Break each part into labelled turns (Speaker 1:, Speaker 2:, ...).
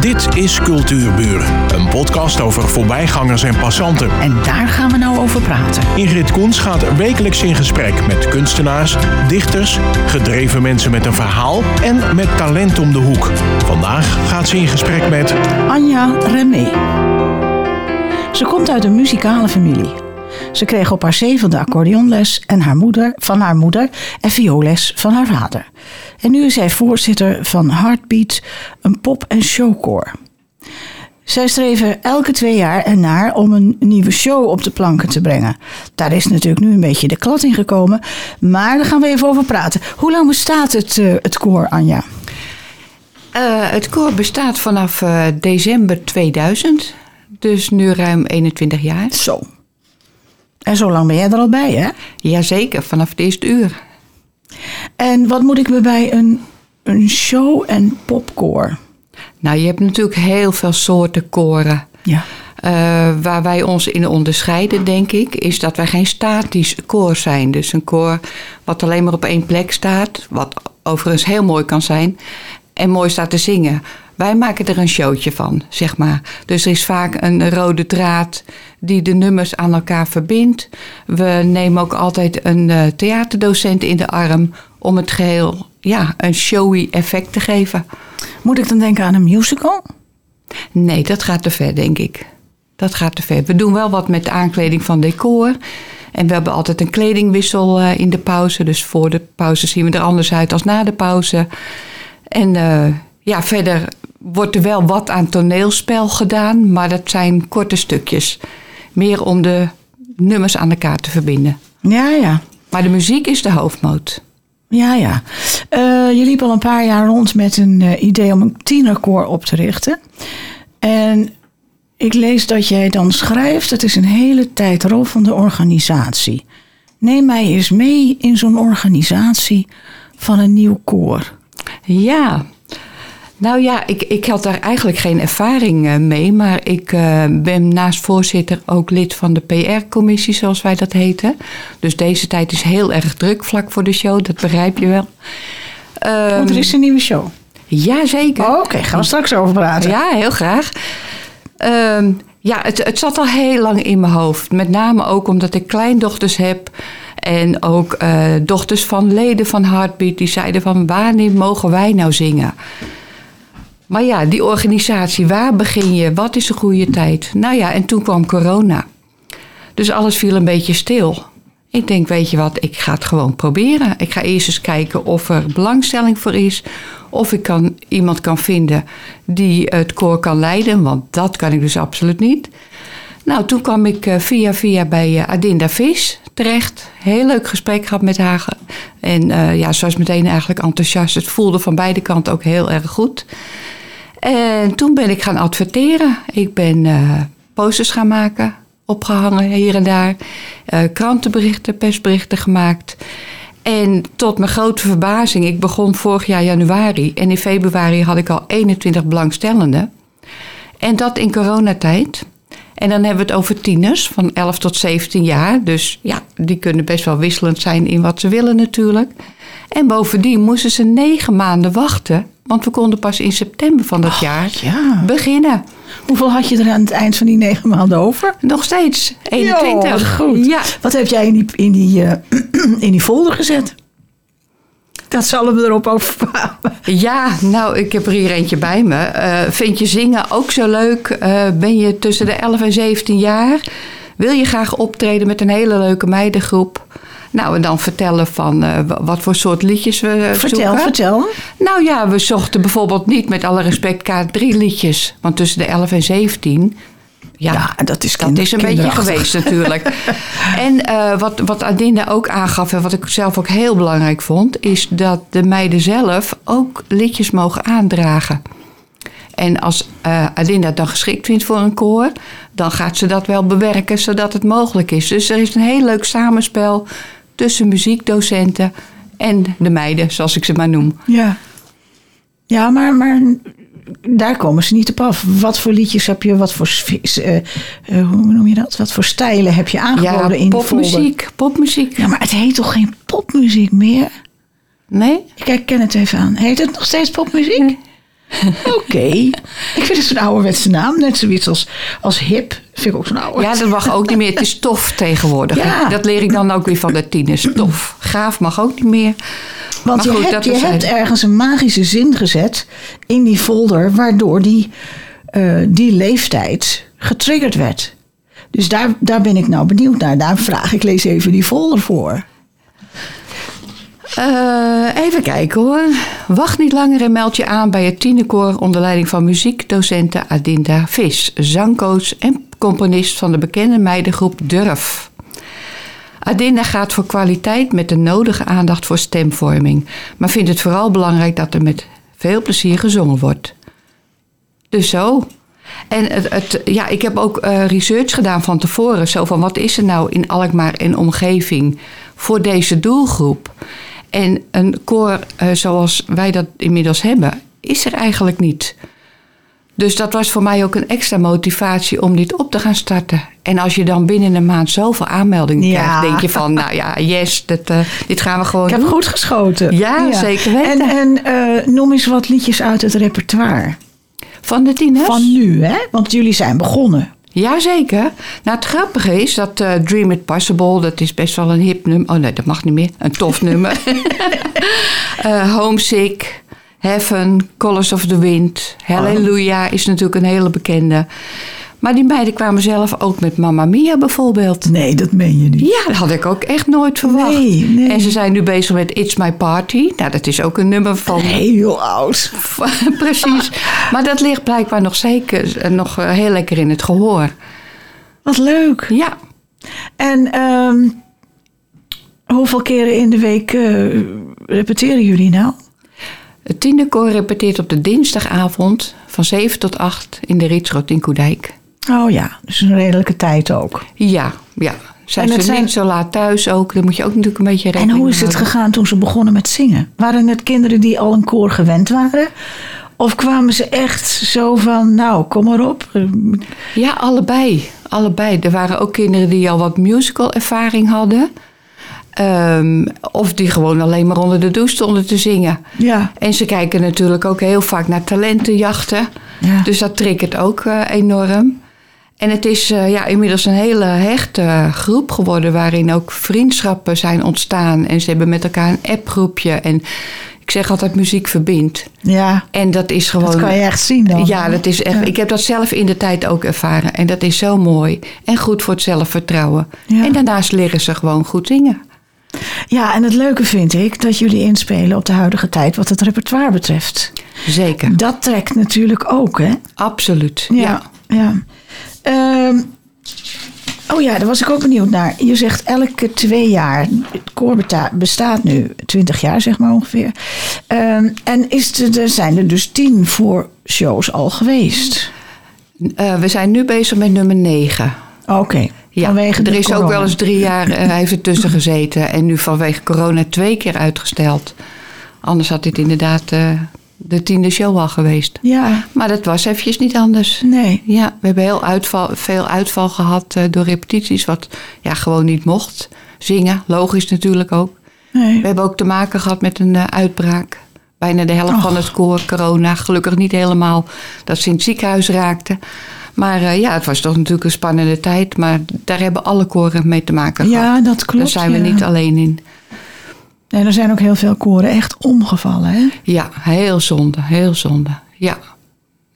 Speaker 1: Dit is Cultuurburen, een podcast over voorbijgangers en passanten.
Speaker 2: En daar gaan we nou over praten.
Speaker 1: Ingrid Koens gaat wekelijks in gesprek met kunstenaars, dichters, gedreven mensen met een verhaal en met talent om de hoek. Vandaag gaat ze in gesprek met
Speaker 2: Anja Remé. Ze komt uit een muzikale familie. Ze kreeg op haar zevende accordeonles en haar moeder, van haar moeder en vioolles van haar vader. En nu is zij voorzitter van Heartbeat, een pop- en showkoor. Zij streven elke twee jaar ernaar om een nieuwe show op de planken te brengen. Daar is natuurlijk nu een beetje de klat in gekomen, maar daar gaan we even over praten. Hoe lang bestaat het, eh, het koor, Anja?
Speaker 3: Eh, het koor bestaat vanaf eh, december 2000, dus nu ruim 21 jaar.
Speaker 2: Zo. En zo lang ben jij er al bij, hè?
Speaker 3: Jazeker, vanaf het eerste uur.
Speaker 2: En wat moet ik me bij een, een show en popcore?
Speaker 3: Nou, je hebt natuurlijk heel veel soorten koren.
Speaker 2: Ja.
Speaker 3: Eh, waar wij ons in onderscheiden, denk ik, is dat wij geen statisch koor zijn. Dus een koor wat alleen maar op één plek staat, wat overigens heel mooi kan zijn en mooi staat te zingen. Wij maken er een showtje van, zeg maar. Dus er is vaak een rode draad die de nummers aan elkaar verbindt. We nemen ook altijd een eh, theaterdocent in de arm om het geheel ja, een showy effect te geven.
Speaker 2: Moet ik dan denken aan een musical?
Speaker 3: Nee, dat gaat te ver, denk ik. Dat gaat te ver. We doen wel wat met de aankleding van decor. En we hebben altijd een kledingwissel eh, in de pauze. Dus voor de pauze zien we er anders uit als na de pauze. En eh, ja, verder wordt er wel wat aan toneelspel gedaan. Maar dat zijn korte stukjes. Meer om de nummers aan elkaar te verbinden.
Speaker 2: Ja, ja.
Speaker 3: Maar de muziek is de hoofdmoot.
Speaker 2: Ja, ja. Eh, je liep al een paar jaar rond met een eh, idee om een tienerkoor op te richten. En ik lees dat jij dan schrijft, het is een hele tijd roffende organisatie. Neem mij eens mee in zo'n organisatie van een nieuw koor.
Speaker 3: Ja. Nou ja, ik, ik had daar eigenlijk geen ervaring eh, mee. Maar ik eh, ben naast voorzitter ook lid van de PR-commissie, zoals wij dat heten. Dus deze tijd is heel erg druk vlak voor de show, dat begrijp je wel. Ehm,
Speaker 2: Want er is een nieuwe show.
Speaker 3: Jazeker.
Speaker 2: Oh, Oké, gaan we straks over praten.
Speaker 3: Ja, heel graag. Ehm, ja, het, het zat al heel lang in mijn hoofd. Met name ook omdat ik kleindochters heb. En ook eh, dochters van leden van Heartbeat. Die zeiden van wanneer mogen wij nou zingen? Maar ja, die organisatie, waar begin je? Wat is de goede tijd? Nou ja, en toen kwam corona. Dus alles viel een beetje stil. Ik denk, weet je wat, ik ga het gewoon proberen. Ik ga eerst eens kijken of er belangstelling voor is. Of ik kan, iemand kan vinden die het koor kan leiden. Want dat kan ik dus absoluut niet. Nou, toen kwam ik eh, via via bij eh, Adinda Vis terecht. Heel leuk gesprek gehad met haar. En eh, ja, ze was meteen eigenlijk enthousiast. Het voelde van beide kanten ook heel erg goed. En toen ben ik gaan adverteren. Ik ben eh, posters gaan maken, opgehangen hier en daar. Eh, krantenberichten, persberichten gemaakt. En tot mijn grote verbazing, ik begon vorig jaar januari. En in februari had ik al 21 belangstellenden. En dat in coronatijd. En dan hebben we het over tieners van 11 tot 17 jaar. Dus ja, die kunnen best wel wisselend zijn in wat ze willen natuurlijk. En bovendien moesten ze negen maanden wachten. Want we konden pas in september van dat jaar
Speaker 2: Oh, ja.
Speaker 3: beginnen.
Speaker 2: Hoeveel had je er aan het eind van die negen maanden over?
Speaker 3: Nog steeds
Speaker 2: Jo,
Speaker 3: 21.
Speaker 2: wat goed.
Speaker 3: Ja,
Speaker 2: Wat heb jij in die, in die, eh, in die folder gezet? Dat zal hem erop over kwamen.
Speaker 3: Ja, nou, ik heb er hier eentje bij me. Eh, vind je zingen ook zo leuk? Eh, ben je tussen de 11 en 17 jaar? Wil je graag optreden met een hele leuke meidengroep? Nou, en dan vertellen van eh, wa- wat voor soort liedjes we eh,
Speaker 2: Vertel,
Speaker 3: zoeken.
Speaker 2: vertel.
Speaker 3: Nou ja, we zochten bijvoorbeeld niet met alle respect K3 liedjes. Want tussen de 11 en 17... Ja,
Speaker 2: Ja, dat is
Speaker 3: Dus dat
Speaker 2: kinder-
Speaker 3: is een beetje
Speaker 2: kinderachtig.
Speaker 3: geweest natuurlijk. en eh, wat, wat Adinda ook aangaf en wat ik zelf ook heel belangrijk vond... is dat de meiden zelf ook liedjes mogen aandragen. En als eh, Adinda het dan geschikt vindt voor een koor... dan gaat ze dat wel bewerken zodat het mogelijk is. Dus er is een heel leuk samenspel tussen muziekdocenten... en de meiden, zoals ik ze maar noem.
Speaker 2: Ja, ja maar, maar daar komen ze niet op af. Wat voor liedjes heb je, wat voor, sfe- eh, eh, hoe noem je dat? Wat voor stijlen heb je
Speaker 3: Ja,
Speaker 2: aangeboden in die folder?
Speaker 3: popmuziek, popmuziek.
Speaker 2: Ja, maar het heet toch geen popmuziek meer?
Speaker 3: Nee?
Speaker 2: Kijk, ken het even aan. Heet het nog steeds popmuziek? Oké. Ik vind het zo'n ouderwetse naam. Net zoiets als, als hip. Vind ik ook zo'n ouderwetse
Speaker 3: Ja, dat mag ook niet meer. Het is tof tegenwoordig.
Speaker 2: Ja.
Speaker 3: Dat leer ik dan ook weer van de tieners. Tof. Gaaf mag ook niet meer.
Speaker 2: Want
Speaker 3: Maar
Speaker 2: je,
Speaker 3: goed,
Speaker 2: hebt,
Speaker 3: dat
Speaker 2: je
Speaker 3: terzijde.
Speaker 2: hebt ergens een magische zin gezet in die folder, waardoor die, eh, die leeftijd getriggerd werd. Dus daar, daar ben ik nou benieuwd naar. Daar vraag ik, lees even die folder voor.
Speaker 3: Eh, even kijken hoor. Wacht niet langer en meld je aan bij het tienerkoor onder leiding van muziekdocente Adinda Vis, zangcoach en componist van de bekende meidengroep Durf. Adinda gaat voor kwaliteit met de nodige aandacht voor stemvorming, maar vindt het vooral belangrijk dat er met veel plezier gezongen wordt. Dus zo. En het, het, ja, ik heb ook eh, research gedaan van tevoren. Zo van wat is er nou in Alkmaar en omgeving voor deze doelgroep? En een koor eh, zoals wij dat inmiddels hebben, is er eigenlijk niet. Dus dat was voor mij ook een extra motivatie om dit op te gaan starten. En als je dan binnen een maand zoveel aanmeldingen
Speaker 2: Ja.
Speaker 3: krijgt, denk je van, nou ja, yes, dat, eh, dit gaan we gewoon
Speaker 2: Ik heb
Speaker 3: doen.
Speaker 2: goed geschoten.
Speaker 3: Ja, zeker weten.
Speaker 2: En, en eh, noem eens wat liedjes uit het repertoire.
Speaker 3: Van de tieners?
Speaker 2: Van nu, hè? Want jullie zijn begonnen.
Speaker 3: Jazeker. Nou, het grappige is dat eh, Dream It Possible, dat is best wel een hip nummer. Oh nee, dat mag niet meer. Een tof nummer. Eh, Homesick, Heaven, Colors of the Wind,
Speaker 2: Ah.
Speaker 3: Hallelujah is natuurlijk een hele bekende. Maar die meiden kwamen zelf ook met Mamma Mia bijvoorbeeld.
Speaker 2: Nee, dat meen je niet.
Speaker 3: Ja, dat had ik ook echt nooit verwacht.
Speaker 2: Nee, nee.
Speaker 3: En ze zijn nu bezig met It's My Party. Nou, dat is ook een nummer van
Speaker 2: Heel oud.
Speaker 3: Precies. Maar dat ligt blijkbaar nog zeker eh, nog eh, heel lekker in het gehoor.
Speaker 2: Wat leuk.
Speaker 3: Ja.
Speaker 2: En ehm, hoeveel keren in de week eh, repeteren jullie nou?
Speaker 3: Het tienderkoor repeteert op de dinsdagavond van 7 tot 8 in de Rietrot in Koedijk.
Speaker 2: Oh ja, dus een redelijke tijd ook.
Speaker 3: Ja, ja. Zijn
Speaker 2: En het
Speaker 3: ze
Speaker 2: zijn-
Speaker 3: niet zo laat thuis ook? Dan moet je ook natuurlijk een beetje
Speaker 2: En
Speaker 3: rekening
Speaker 2: hoe is het
Speaker 3: houden.
Speaker 2: gegaan toen ze begonnen met zingen? Waren het kinderen die al een koor gewend waren? Of kwamen ze echt zo van, nou, kom maar op.
Speaker 3: Ja, allebei. Allebei. Er waren ook kinderen die al wat musical ervaring hadden. Ehm, of die gewoon alleen maar onder de douche stonden te zingen.
Speaker 2: Ja,
Speaker 3: En ze kijken natuurlijk ook heel vaak naar talentenjachten.
Speaker 2: Ja.
Speaker 3: Dus dat triggert ook eh, enorm. En het is eh, ja, inmiddels een hele hechte groep geworden... waarin ook vriendschappen zijn ontstaan. En ze hebben met elkaar een appgroepje. En ik zeg altijd muziek verbindt.
Speaker 2: ja
Speaker 3: En dat is gewoon...
Speaker 2: dat kan je echt zien dan.
Speaker 3: Ja, dat is echt. Ik heb dat zelf in de tijd ook ervaren. En dat is zo mooi. En goed voor het zelfvertrouwen.
Speaker 2: Ja.
Speaker 3: En daarnaast leren ze gewoon goed zingen.
Speaker 2: Ja, en het leuke vind ik dat jullie inspelen op de huidige tijd wat het repertoire betreft.
Speaker 3: Zeker.
Speaker 2: Dat trekt natuurlijk ook, hè?
Speaker 3: Absoluut.
Speaker 2: Ja. ja. Ehm, oh ja, daar was ik ook benieuwd naar. Je zegt elke twee jaar. Het koor beta- bestaat nu 20 jaar, zeg maar ongeveer. Ehm, en is de, er zijn er dus tien voor shows al geweest.
Speaker 3: Eh, we zijn nu bezig met nummer 9.
Speaker 2: Oké. vanwege
Speaker 3: er
Speaker 2: de
Speaker 3: is ook
Speaker 2: corona.
Speaker 3: wel eens drie jaar eh, heeft het tussen gezeten. En nu vanwege corona twee keer uitgesteld. Anders had dit inderdaad eh, de tiende show al geweest.
Speaker 2: Ja,
Speaker 3: Maar dat was eventjes niet anders.
Speaker 2: nee.
Speaker 3: Ja, we hebben heel uitval, veel uitval gehad eh, door repetities. Wat ja, gewoon niet mocht. Zingen, logisch natuurlijk ook.
Speaker 2: nee.
Speaker 3: We hebben ook te maken gehad met een eh, uitbraak. Bijna de helft
Speaker 2: Oh.
Speaker 3: van het koor, corona. Gelukkig niet helemaal dat ze in het ziekenhuis raakten. Maar eh, ja, het was toch natuurlijk een spannende tijd. Maar daar hebben alle koren mee te maken gehad.
Speaker 2: Ja, dat klopt.
Speaker 3: daar zijn we
Speaker 2: ja.
Speaker 3: niet alleen in.
Speaker 2: Nee, er zijn ook heel veel koren echt omgevallen, hè?
Speaker 3: Ja, heel zonde, heel zonde. Ja,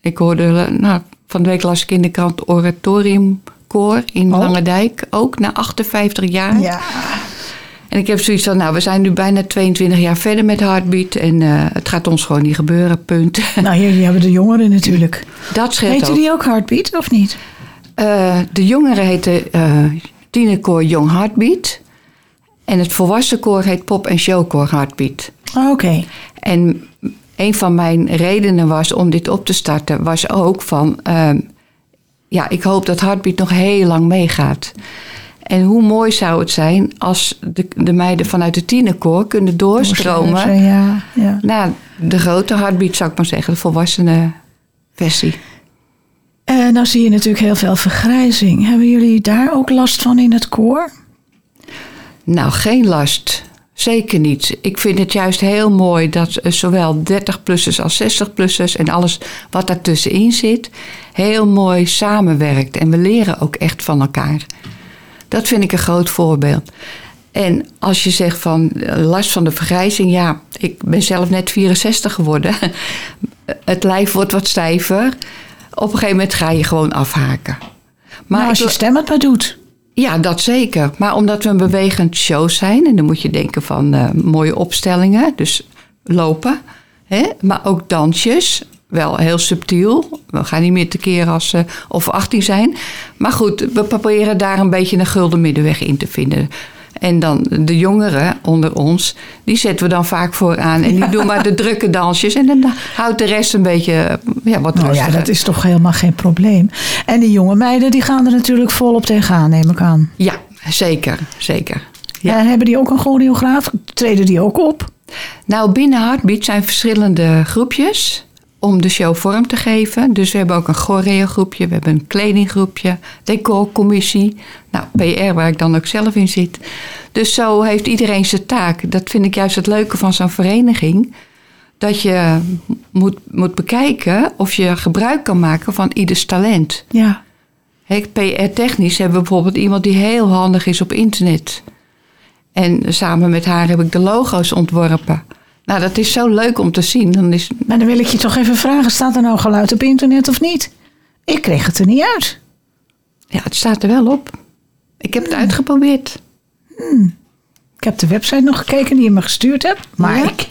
Speaker 3: ik hoorde, eh, nou, van de week las ik in de krant Oratoriumkoor in
Speaker 2: Oh.
Speaker 3: Langendijk. Ook na 58 jaar.
Speaker 2: Ja.
Speaker 3: En ik heb zoiets van, nou, we zijn nu bijna 22 jaar verder met Heartbeat. En eh, het gaat ons gewoon niet gebeuren, punt.
Speaker 2: Nou, jullie hebben de jongeren natuurlijk.
Speaker 3: Dat scheelt
Speaker 2: Heette
Speaker 3: ook.
Speaker 2: die ook Heartbeat, of niet?
Speaker 3: Eh, de jongeren heten eh tienerkoor Young Heartbeat. En het volwassen koor heet Pop en Showkoor Heartbeat.
Speaker 2: Ah, Oké.
Speaker 3: En een van mijn redenen was om dit op te starten, was ook van... eh, ja, ik hoop dat Heartbeat nog heel lang meegaat. En hoe mooi zou het zijn als de, de meiden vanuit het tienerkoor kunnen doorstromen...
Speaker 2: Doorstromen, Ja, ja.
Speaker 3: naar Nou, de grote Heartbeat, zou ik maar zeggen, de volwassene versie.
Speaker 2: Eh nou zie je natuurlijk heel veel vergrijzing. Hebben jullie daar ook last van in het koor?
Speaker 3: Nou, geen last. Zeker niet. Ik vind het juist heel mooi dat eh, zowel 30-plussers als 60-plussers en alles wat daartussenin zit, heel mooi samenwerkt. En we leren ook echt van elkaar. Dat vind ik een groot voorbeeld. En als je zegt van eh, last van de vergrijzing, ja, ik ben zelf net 64 geworden. het lijf wordt wat stijver. Op een gegeven moment ga je gewoon afhaken.
Speaker 2: Maar Nou, als
Speaker 3: ik-
Speaker 2: je stem het maar doet.
Speaker 3: ja, dat zeker. Maar omdat we een bewegend show zijn, en dan moet je denken van eh, mooie opstellingen, dus lopen, hè? maar ook dansjes. Wel heel subtiel. We gaan niet meer tekeer als ze over 18 zijn. Maar goed, we proberen daar een beetje een gulden middenweg in te vinden. En dan de jongeren onder ons, die zetten we dan vaak vooraan. En die doen maar de drukke dansjes. En dan houdt de rest een beetje eh, ja, wat
Speaker 2: Nou ja,
Speaker 3: rustiger.
Speaker 2: dat is toch helemaal geen probleem. En die jonge meiden die gaan er natuurlijk volop tegenaan, neem ik aan.
Speaker 3: ja, zeker, zeker. Ja.
Speaker 2: En hebben die ook een choreograaf? Treden die ook op?
Speaker 3: Nou, binnen Heartbeat zijn verschillende groepjes om de show vorm te geven. Dus we hebben ook een choreo-groepje, we hebben een kledinggroepje, decorcommissie, nou, PR waar ik dan ook zelf in zit. Dus zo heeft iedereen zijn taak. Dat vind ik juist het leuke van zo'n vereniging. Dat je moet, moet bekijken of je gebruik kan maken van ieders talent.
Speaker 2: Ja.
Speaker 3: Hè, PR-technisch hebben we bijvoorbeeld iemand die heel handig is op internet. En samen met haar heb ik de logo's ontworpen. Nou, dat is zo leuk om te zien. Dan is,
Speaker 2: Maar dan wil ik je toch even vragen, staat er nou geluid op internet of niet? Ik kreeg het er niet uit.
Speaker 3: ja, het staat er wel op. Ik heb het uitgeprobeerd.
Speaker 2: Ik heb de website nog gekeken die je me gestuurd hebt. Maar
Speaker 3: Ja?
Speaker 2: ik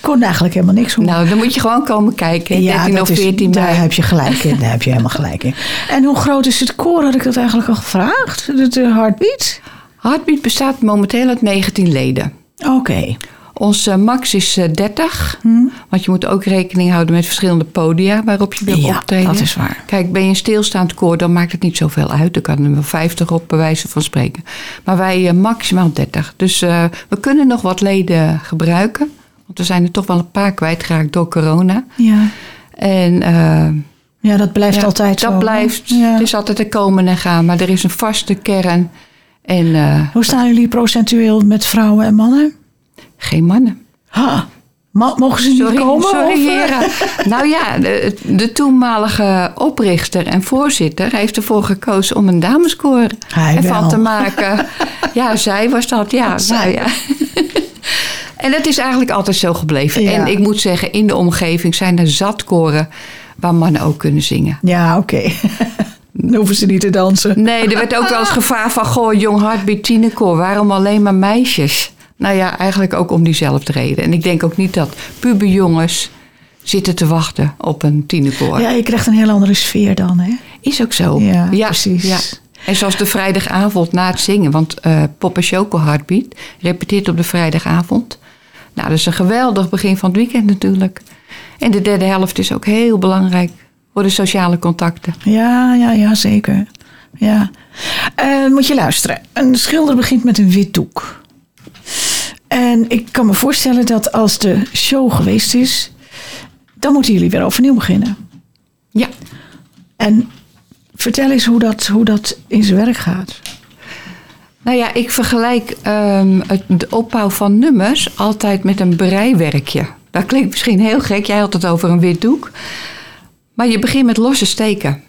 Speaker 2: kon eigenlijk helemaal niks horen.
Speaker 3: Nou, dan moet je gewoon komen kijken.
Speaker 2: Ja,
Speaker 3: 13 of
Speaker 2: dat is-
Speaker 3: 14 mei.
Speaker 2: daar heb je gelijk in. Daar heb je helemaal gelijk in. En hoe groot is het koor? Had ik dat eigenlijk al gevraagd? De, de heartbeat?
Speaker 3: Heartbeat bestaat momenteel uit 19 leden.
Speaker 2: Oké.
Speaker 3: Onze max is eh, 30.
Speaker 2: Hmm.
Speaker 3: Want je moet ook rekening houden met verschillende podia waarop je wil
Speaker 2: Ja,
Speaker 3: optreden.
Speaker 2: dat is waar.
Speaker 3: Kijk, ben je een stilstaand koor, dan maakt het niet zoveel uit. Er kan er wel 50 op, bij wijze van spreken. Maar wij eh, maximaal 30. Dus eh, we kunnen nog wat leden gebruiken. Want we zijn er toch wel een paar kwijtgeraakt door corona.
Speaker 2: Ja.
Speaker 3: En eh,
Speaker 2: ja, dat blijft
Speaker 3: ja,
Speaker 2: altijd
Speaker 3: dat
Speaker 2: zo, hè?
Speaker 3: blijft.
Speaker 2: Ja.
Speaker 3: Het is altijd een komen en gaan. Maar er is een vaste kern. En eh,
Speaker 2: Hoe staan jullie procentueel met vrouwen en mannen?
Speaker 3: geen mannen.
Speaker 2: Ha, ma- mogen ze niet
Speaker 3: Sorry,
Speaker 2: komen?
Speaker 3: sorry
Speaker 2: of, eh?
Speaker 3: heren. nou ja, de, de toenmalige oprichter en voorzitter heeft ervoor gekozen om een dameskoor
Speaker 2: Hij
Speaker 3: ervan
Speaker 2: wel.
Speaker 3: te maken. ja, zij was dat, ja. Nou, ja. en dat is eigenlijk altijd zo gebleven.
Speaker 2: Ja.
Speaker 3: En ik moet zeggen, in de omgeving zijn er zatkoren waar mannen ook kunnen zingen.
Speaker 2: Ja, oké. Dan hoeven ze niet te dansen.
Speaker 3: Nee, er werd ook wel eens gevaar van, goh, jong hart, tienerkoor, waarom alleen maar meisjes? Nou ja, eigenlijk ook om diezelfde reden. En ik denk ook niet dat puberjongens zitten te wachten op een tienerkoor.
Speaker 2: Ja, je krijgt een heel andere sfeer dan, hè?
Speaker 3: Is ook zo.
Speaker 2: Ja, precies.
Speaker 3: En zoals de vrijdagavond na het zingen, want eh Papa Choco Heartbeat repeteert op de vrijdagavond. Nou, dat is een geweldig begin van het weekend natuurlijk. En de derde helft is ook heel belangrijk voor de sociale contacten.
Speaker 2: Ja, ja, ja, zeker. Ja. Eh, moet je luisteren. Een schilder begint met een wit doek. En ik kan me voorstellen dat als de show geweest is, dan moeten jullie weer overnieuw beginnen.
Speaker 3: Ja,
Speaker 2: En vertel eens hoe dat, hoe dat in zijn werk gaat.
Speaker 3: Nou ja, ik vergelijk ehm, het, de opbouw van nummers altijd met een breiwerkje. Dat klinkt misschien heel gek, jij had het over een wit doek. Maar je begint met losse steken.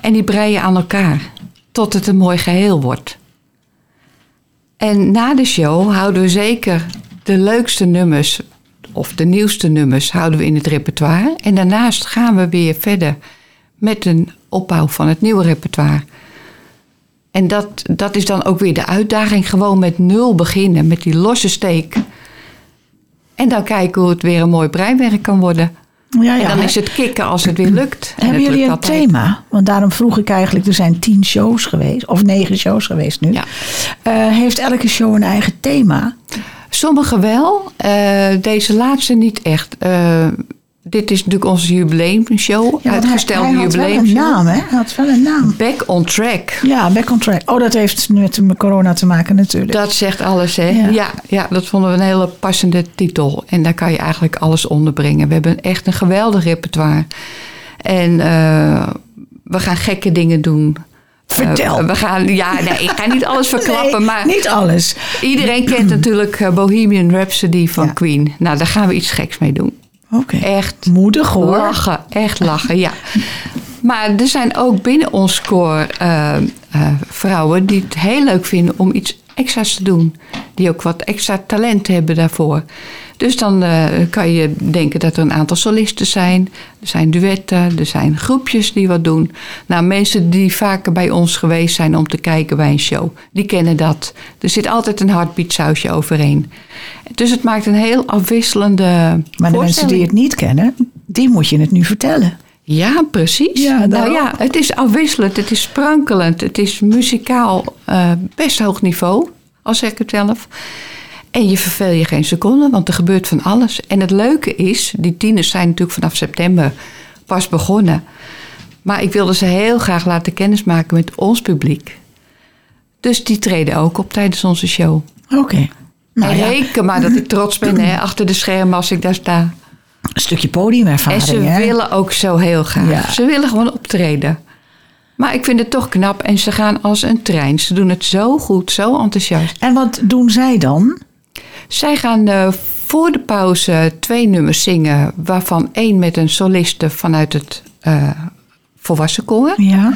Speaker 3: En die breien aan elkaar tot het een mooi geheel wordt. En na de show houden we zeker de leukste nummers of de nieuwste nummers houden we in het repertoire. En daarnaast gaan we weer verder met een opbouw van het nieuwe repertoire. En dat, dat is dan ook weer de uitdaging. Gewoon met nul beginnen, met die losse steek. En dan kijken hoe het weer een mooi breiwerk kan worden.
Speaker 2: Ja, Nou ja.
Speaker 3: en dan is het kicken als het weer lukt. En
Speaker 2: Hebben
Speaker 3: het
Speaker 2: jullie een
Speaker 3: lukt altijd.
Speaker 2: thema? Want daarom vroeg ik eigenlijk, er zijn tien shows geweest, of negen shows geweest nu.
Speaker 3: Ja.
Speaker 2: Eh, heeft elke show een eigen thema?
Speaker 3: Sommige wel, eh, deze laatste niet echt. Eh, dit is natuurlijk onze jubileumshow,
Speaker 2: want hij-
Speaker 3: uitgestelde
Speaker 2: hij had wel een
Speaker 3: jubileumshow.
Speaker 2: naam, hè? Hij had wel een naam.
Speaker 3: Back on track.
Speaker 2: Ja, back on track. Oh, dat heeft met de corona te maken natuurlijk.
Speaker 3: Dat zegt alles, hè?
Speaker 2: Ja.
Speaker 3: Ja. Ja, dat vonden we een hele passende titel. En daar kan je eigenlijk alles onderbrengen. We hebben echt een geweldig repertoire. En eh, we gaan gekke dingen doen.
Speaker 2: Vertel.
Speaker 3: Eh, we gaan, ja, nee, ik ga niet alles verklappen,
Speaker 2: Nee,
Speaker 3: maar
Speaker 2: Niet alles.
Speaker 3: iedereen kent natuurlijk eh, Bohemian Rhapsody van
Speaker 2: Ja.
Speaker 3: Queen. Nou, daar gaan we iets geks mee doen.
Speaker 2: Oké.
Speaker 3: Echt
Speaker 2: Moedig hoor.
Speaker 3: Lachen, echt lachen, ja. Maar er zijn ook binnen ons koor eh, eh, vrouwen die het heel leuk vinden om iets extra's te doen. Die ook wat extra talent hebben daarvoor. Dus dan eh, kan je denken dat er een aantal solisten zijn. Er zijn duetten, er zijn groepjes die wat doen. Nou, mensen die vaker bij ons geweest zijn om te kijken bij een show, die kennen dat. Er zit altijd een heartbeat sausje overheen. Dus het maakt een heel afwisselende
Speaker 2: Maar de mensen die
Speaker 3: voorstelling.
Speaker 2: het niet kennen, die moet je het nu vertellen.
Speaker 3: Ja, precies.
Speaker 2: Ja,
Speaker 3: nou
Speaker 2: daarom.
Speaker 3: ja, het is afwisselend, het is sprankelend, het is muzikaal eh, best hoog niveau, al zeg ik het zelf. En je verveel je geen seconde, want er gebeurt van alles. En het leuke is, die tieners zijn natuurlijk vanaf september pas begonnen. Maar ik wilde ze heel graag laten kennismaken met ons publiek. Dus die treden ook op tijdens onze show.
Speaker 2: Oké. Nou
Speaker 3: en
Speaker 2: ja,
Speaker 3: reken maar dat ik trots ben hè, achter de schermen als ik daar sta.
Speaker 2: een stukje
Speaker 3: En
Speaker 2: podiumervaring.
Speaker 3: ze
Speaker 2: hè?
Speaker 3: willen ook zo heel graag.
Speaker 2: Ja.
Speaker 3: Ze willen gewoon optreden. Maar ik vind het toch knap en ze gaan als een trein. Ze doen het zo goed, zo enthousiast.
Speaker 2: En wat doen zij dan?
Speaker 3: Zij gaan eh, voor de pauze twee nummers zingen, waarvan één met een soliste vanuit het eh volwassen koor.
Speaker 2: Ja.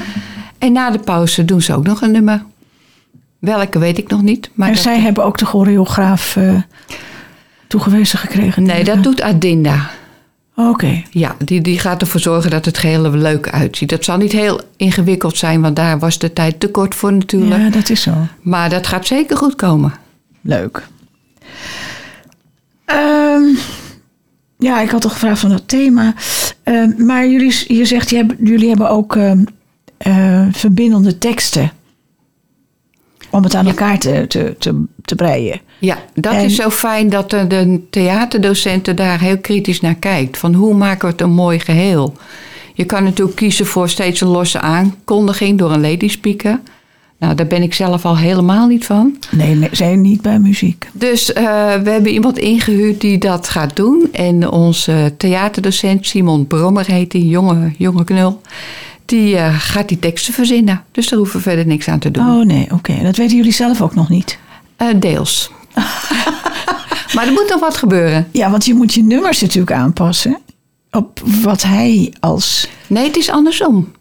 Speaker 3: En na de pauze doen ze ook nog een nummer. Welke weet ik nog niet. Maar
Speaker 2: en
Speaker 3: dat-
Speaker 2: zij hebben ook de choreograaf eh, toegewezen gekregen.
Speaker 3: nee, dat doet Adinda.
Speaker 2: Oké.
Speaker 3: Ja, die, die gaat ervoor zorgen dat het geheel er leuk uitziet. Dat zal niet heel ingewikkeld zijn, want daar was de tijd te kort voor natuurlijk.
Speaker 2: Ja, dat is zo.
Speaker 3: Maar dat gaat zeker goed komen.
Speaker 2: Leuk. Ehm, ja, ik had al gevraagd van dat thema. Ehm, maar jullie, je zegt, je hebt- jullie hebben ook ehm, eh, verbindende teksten. Om het aan elkaar te, te, te, te breien.
Speaker 3: Ja, dat
Speaker 2: En-
Speaker 3: is zo fijn dat de, de theaterdocenten daar heel kritisch naar kijkt. Van hoe maken we het een mooi geheel? Je kan natuurlijk kiezen voor steeds een losse aankondiging door een lady speaker. Nou, daar ben ik zelf al helemaal niet van.
Speaker 2: Nee, nee zijn niet bij muziek.
Speaker 3: Dus eh, we hebben iemand ingehuurd die dat gaat doen. En onze theaterdocent Simon Brommer heet die, jonge, jonge knul. Die eh, gaat die teksten verzinnen. Dus daar hoeven we verder niks aan te doen.
Speaker 2: Oh nee, oké. Dat weten jullie zelf ook nog niet.
Speaker 3: Eh, deels. maar er moet nog wat gebeuren.
Speaker 2: Ja, want je moet je nummers natuurlijk aanpassen. Op wat hij als...
Speaker 3: Nee, het is andersom.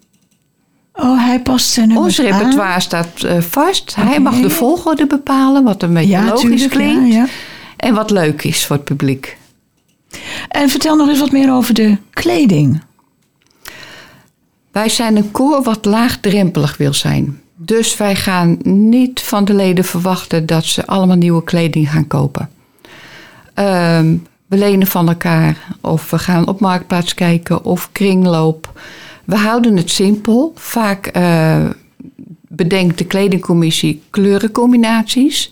Speaker 2: Oh, hij past zijn nummers
Speaker 3: Ons repertoire
Speaker 2: Ah.
Speaker 3: staat eh, vast. Hij mag de volgorde bepalen, wat een
Speaker 2: aan.
Speaker 3: beetje
Speaker 2: Ja,
Speaker 3: logisch
Speaker 2: tuurlijk. ja,
Speaker 3: klinkt.
Speaker 2: ja.
Speaker 3: En wat leuk is voor het publiek.
Speaker 2: En vertel nog eens wat meer over de kleding.
Speaker 3: Wij zijn een koor wat laagdrempelig wil zijn. Dus wij gaan niet van de leden verwachten dat ze allemaal nieuwe kleding gaan kopen. Ehm, we lenen van elkaar of we gaan op marktplaats kijken of kringloop. We houden het simpel. Vaak eh, bedenkt de kledingcommissie kleurencombinaties.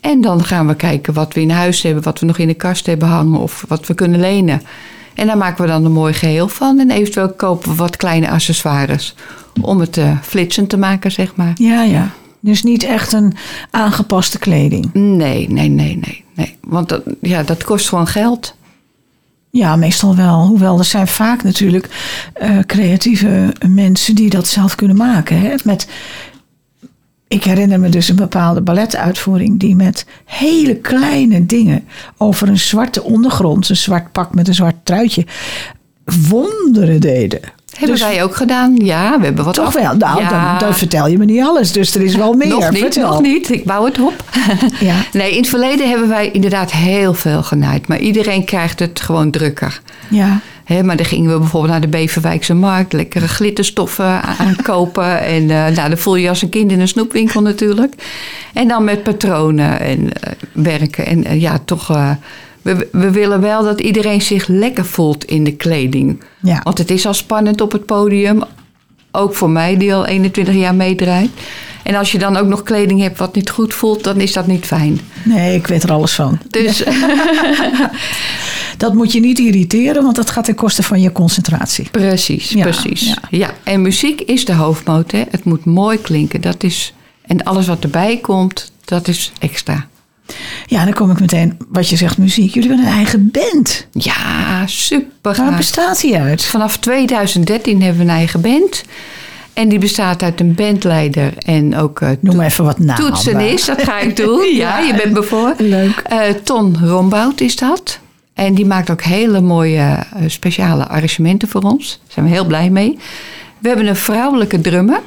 Speaker 3: En dan gaan we kijken wat we in huis hebben, wat we nog in de kast hebben hangen of wat we kunnen lenen. En daar maken we dan een mooi geheel van. En eventueel kopen we wat kleine accessoires om het eh, flitsend te maken, zeg maar.
Speaker 2: Ja, ja. Dus niet echt een aangepaste kleding.
Speaker 3: Nee, nee, nee, nee. nee. Want dat, ja, dat kost gewoon geld.
Speaker 2: Ja, meestal wel. Hoewel er zijn vaak natuurlijk eh, creatieve mensen die dat zelf kunnen maken. Hè? Met, ik herinner me dus een bepaalde balletuitvoering die met hele kleine dingen over een zwarte ondergrond, een zwart pak met een zwart truitje, wonderen deden.
Speaker 3: Hebben
Speaker 2: Dus
Speaker 3: wij ook gedaan? Ja, we hebben wat
Speaker 2: Toch
Speaker 3: af-
Speaker 2: wel? Nou,
Speaker 3: Ja.
Speaker 2: dan, dan vertel je me niet alles, dus er is wel meer.
Speaker 3: Nog niet,
Speaker 2: Vertel.
Speaker 3: nog niet. Ik bouw het op.
Speaker 2: Ja.
Speaker 3: Nee, in het verleden hebben wij inderdaad heel veel genaaid. Maar iedereen krijgt het gewoon drukker.
Speaker 2: Ja.
Speaker 3: Hè, maar dan gingen we bijvoorbeeld naar de Beverwijkse Markt. Lekkere glitterstoffen a- aankopen. en eh, nou, dan voel je je als een kind in een snoepwinkel natuurlijk. En dan met patronen en eh, werken. En eh, ja, toch... eh, we, we willen wel dat iedereen zich lekker voelt in de kleding.
Speaker 2: Ja.
Speaker 3: Want het is al spannend op het podium. Ook voor mij, die al 21 jaar meedraait. En als je dan ook nog kleding hebt wat niet goed voelt, dan is dat niet fijn.
Speaker 2: Nee, ik weet er alles van.
Speaker 3: Dus
Speaker 2: Dat moet je niet irriteren, want dat gaat ten koste van je concentratie.
Speaker 3: Precies,
Speaker 2: Ja,
Speaker 3: precies.
Speaker 2: ja.
Speaker 3: Ja. en muziek is de hoofdmoot. Hè. Het moet mooi klinken. Dat is, en alles wat erbij komt, dat is extra.
Speaker 2: Ja, dan kom ik meteen, wat je zegt, muziek. Jullie hebben een eigen band.
Speaker 3: Ja, super
Speaker 2: Waar
Speaker 3: gaaf.
Speaker 2: bestaat die uit?
Speaker 3: Vanaf 2013 hebben we een eigen band. En die bestaat uit een bandleider en ook eh,
Speaker 2: Noem even wat namen.
Speaker 3: toetsen is, dat ga ik doen. ja, je bent bijvoorbeeld.
Speaker 2: Leuk.
Speaker 3: Eh, Ton Rombout is dat. En die maakt ook hele mooie eh, speciale arrangementen voor ons. Daar zijn we heel blij mee. We hebben een vrouwelijke drummer.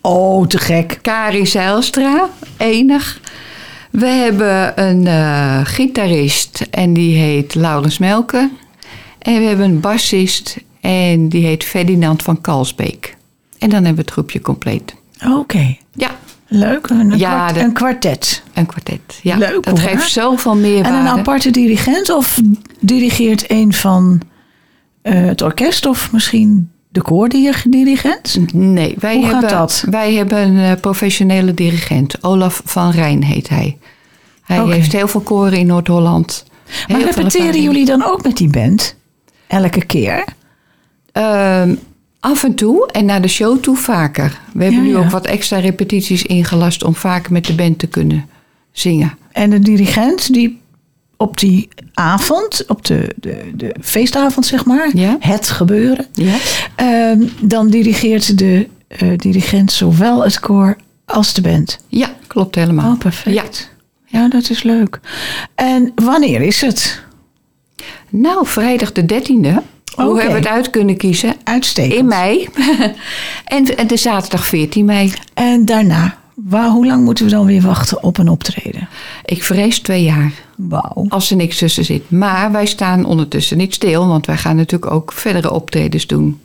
Speaker 2: Oh, te gek.
Speaker 3: Kari Zijlstra, enig. We hebben een eh, gitarist en die heet Laurens Melke. En we hebben een bassist en die heet Ferdinand van Kalsbeek. En dan hebben we het groepje compleet.
Speaker 2: Oké.
Speaker 3: Ja,
Speaker 2: Leuk. Een,
Speaker 3: Ja,
Speaker 2: kwart-
Speaker 3: de-
Speaker 2: een kwartet.
Speaker 3: een kwartet. Ja,
Speaker 2: Leuk,
Speaker 3: dat
Speaker 2: hoor.
Speaker 3: geeft zoveel meer
Speaker 2: En een
Speaker 3: waarde.
Speaker 2: aparte dirigent? Of dirigeert een van eh, het orkest of misschien de koordirigent?
Speaker 3: Nee, wij
Speaker 2: Hoe gaat
Speaker 3: hebben,
Speaker 2: dat?
Speaker 3: wij hebben een eh, professionele dirigent. Olaf van Rijn heet hij. Hij
Speaker 2: Oké.
Speaker 3: heeft heel veel koren in Noord-Holland.
Speaker 2: Maar
Speaker 3: Heel veel
Speaker 2: repeteren
Speaker 3: ervaring.
Speaker 2: jullie dan ook met die band? Elke keer?
Speaker 3: Ehm, af en toe en naar de show toe vaker. We hebben
Speaker 2: Ja,
Speaker 3: nu
Speaker 2: ja.
Speaker 3: ook wat extra repetities ingelast om vaker met de band te kunnen zingen.
Speaker 2: En de dirigent die op die avond, op de, de, de feestavond zeg maar,
Speaker 3: Ja.
Speaker 2: het gebeuren,
Speaker 3: Ja?
Speaker 2: ehm, dan dirigeert de eh, dirigent zowel het koor als de band.
Speaker 3: Ja, klopt helemaal.
Speaker 2: Oh, perfect. Ja, dat is leuk. En wanneer is het?
Speaker 3: Nou, vrijdag de 13e. Hoe
Speaker 2: Oké.
Speaker 3: hebben we het uit kunnen kiezen?
Speaker 2: Uitstekend.
Speaker 3: In mei. en, en de zaterdag 14 mei.
Speaker 2: En daarna, waar, hoe lang moeten we dan weer wachten op een optreden?
Speaker 3: Ik vrees twee jaar.
Speaker 2: Wauw.
Speaker 3: Als er niks tussen zit. Maar wij staan ondertussen niet stil, want wij gaan natuurlijk ook verdere optredens doen.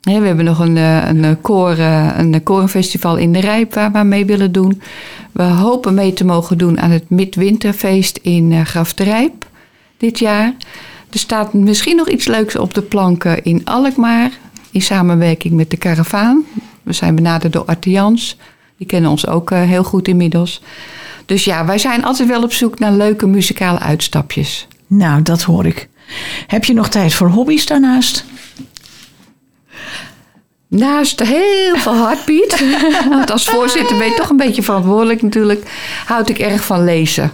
Speaker 3: Hè, we hebben nog een, eh, een, eh, koor, eh, een korenfestival in de Rijp waar we aan mee willen doen. We hopen mee te mogen doen aan het Midwinterfeest in eh, Graf de Rijp dit jaar. Er staat misschien nog iets leuks op de planken in Alkmaar. In samenwerking met de Karavaan. We zijn benaderd door Artians. Die kennen ons ook eh, heel goed inmiddels. Dus ja, wij zijn altijd wel op zoek naar leuke muzikale uitstapjes.
Speaker 2: Nou, dat hoor ik. Heb je nog tijd voor hobby's daarnaast?
Speaker 3: Naast heel veel hardbeat, want als voorzitter ben je toch een beetje verantwoordelijk natuurlijk, houd ik erg van lezen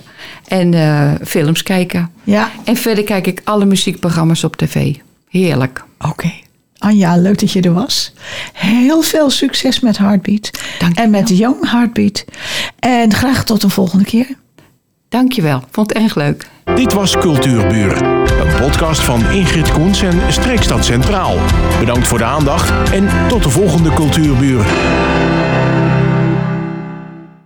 Speaker 3: en eh, films kijken.
Speaker 2: Ja.
Speaker 3: En verder kijk ik alle muziekprogramma's op tv. Heerlijk.
Speaker 2: Oké. Anja, leuk dat je er was. Heel veel succes met Heartbeat.
Speaker 3: Dank je
Speaker 2: en met Young Heartbeat. En graag tot de volgende keer.
Speaker 3: Dankjewel, vond het erg leuk.
Speaker 1: Dit was Cultuurburen, een podcast van Ingrid Koens en Streekstad Centraal. Bedankt voor de aandacht en tot de volgende Cultuurburen.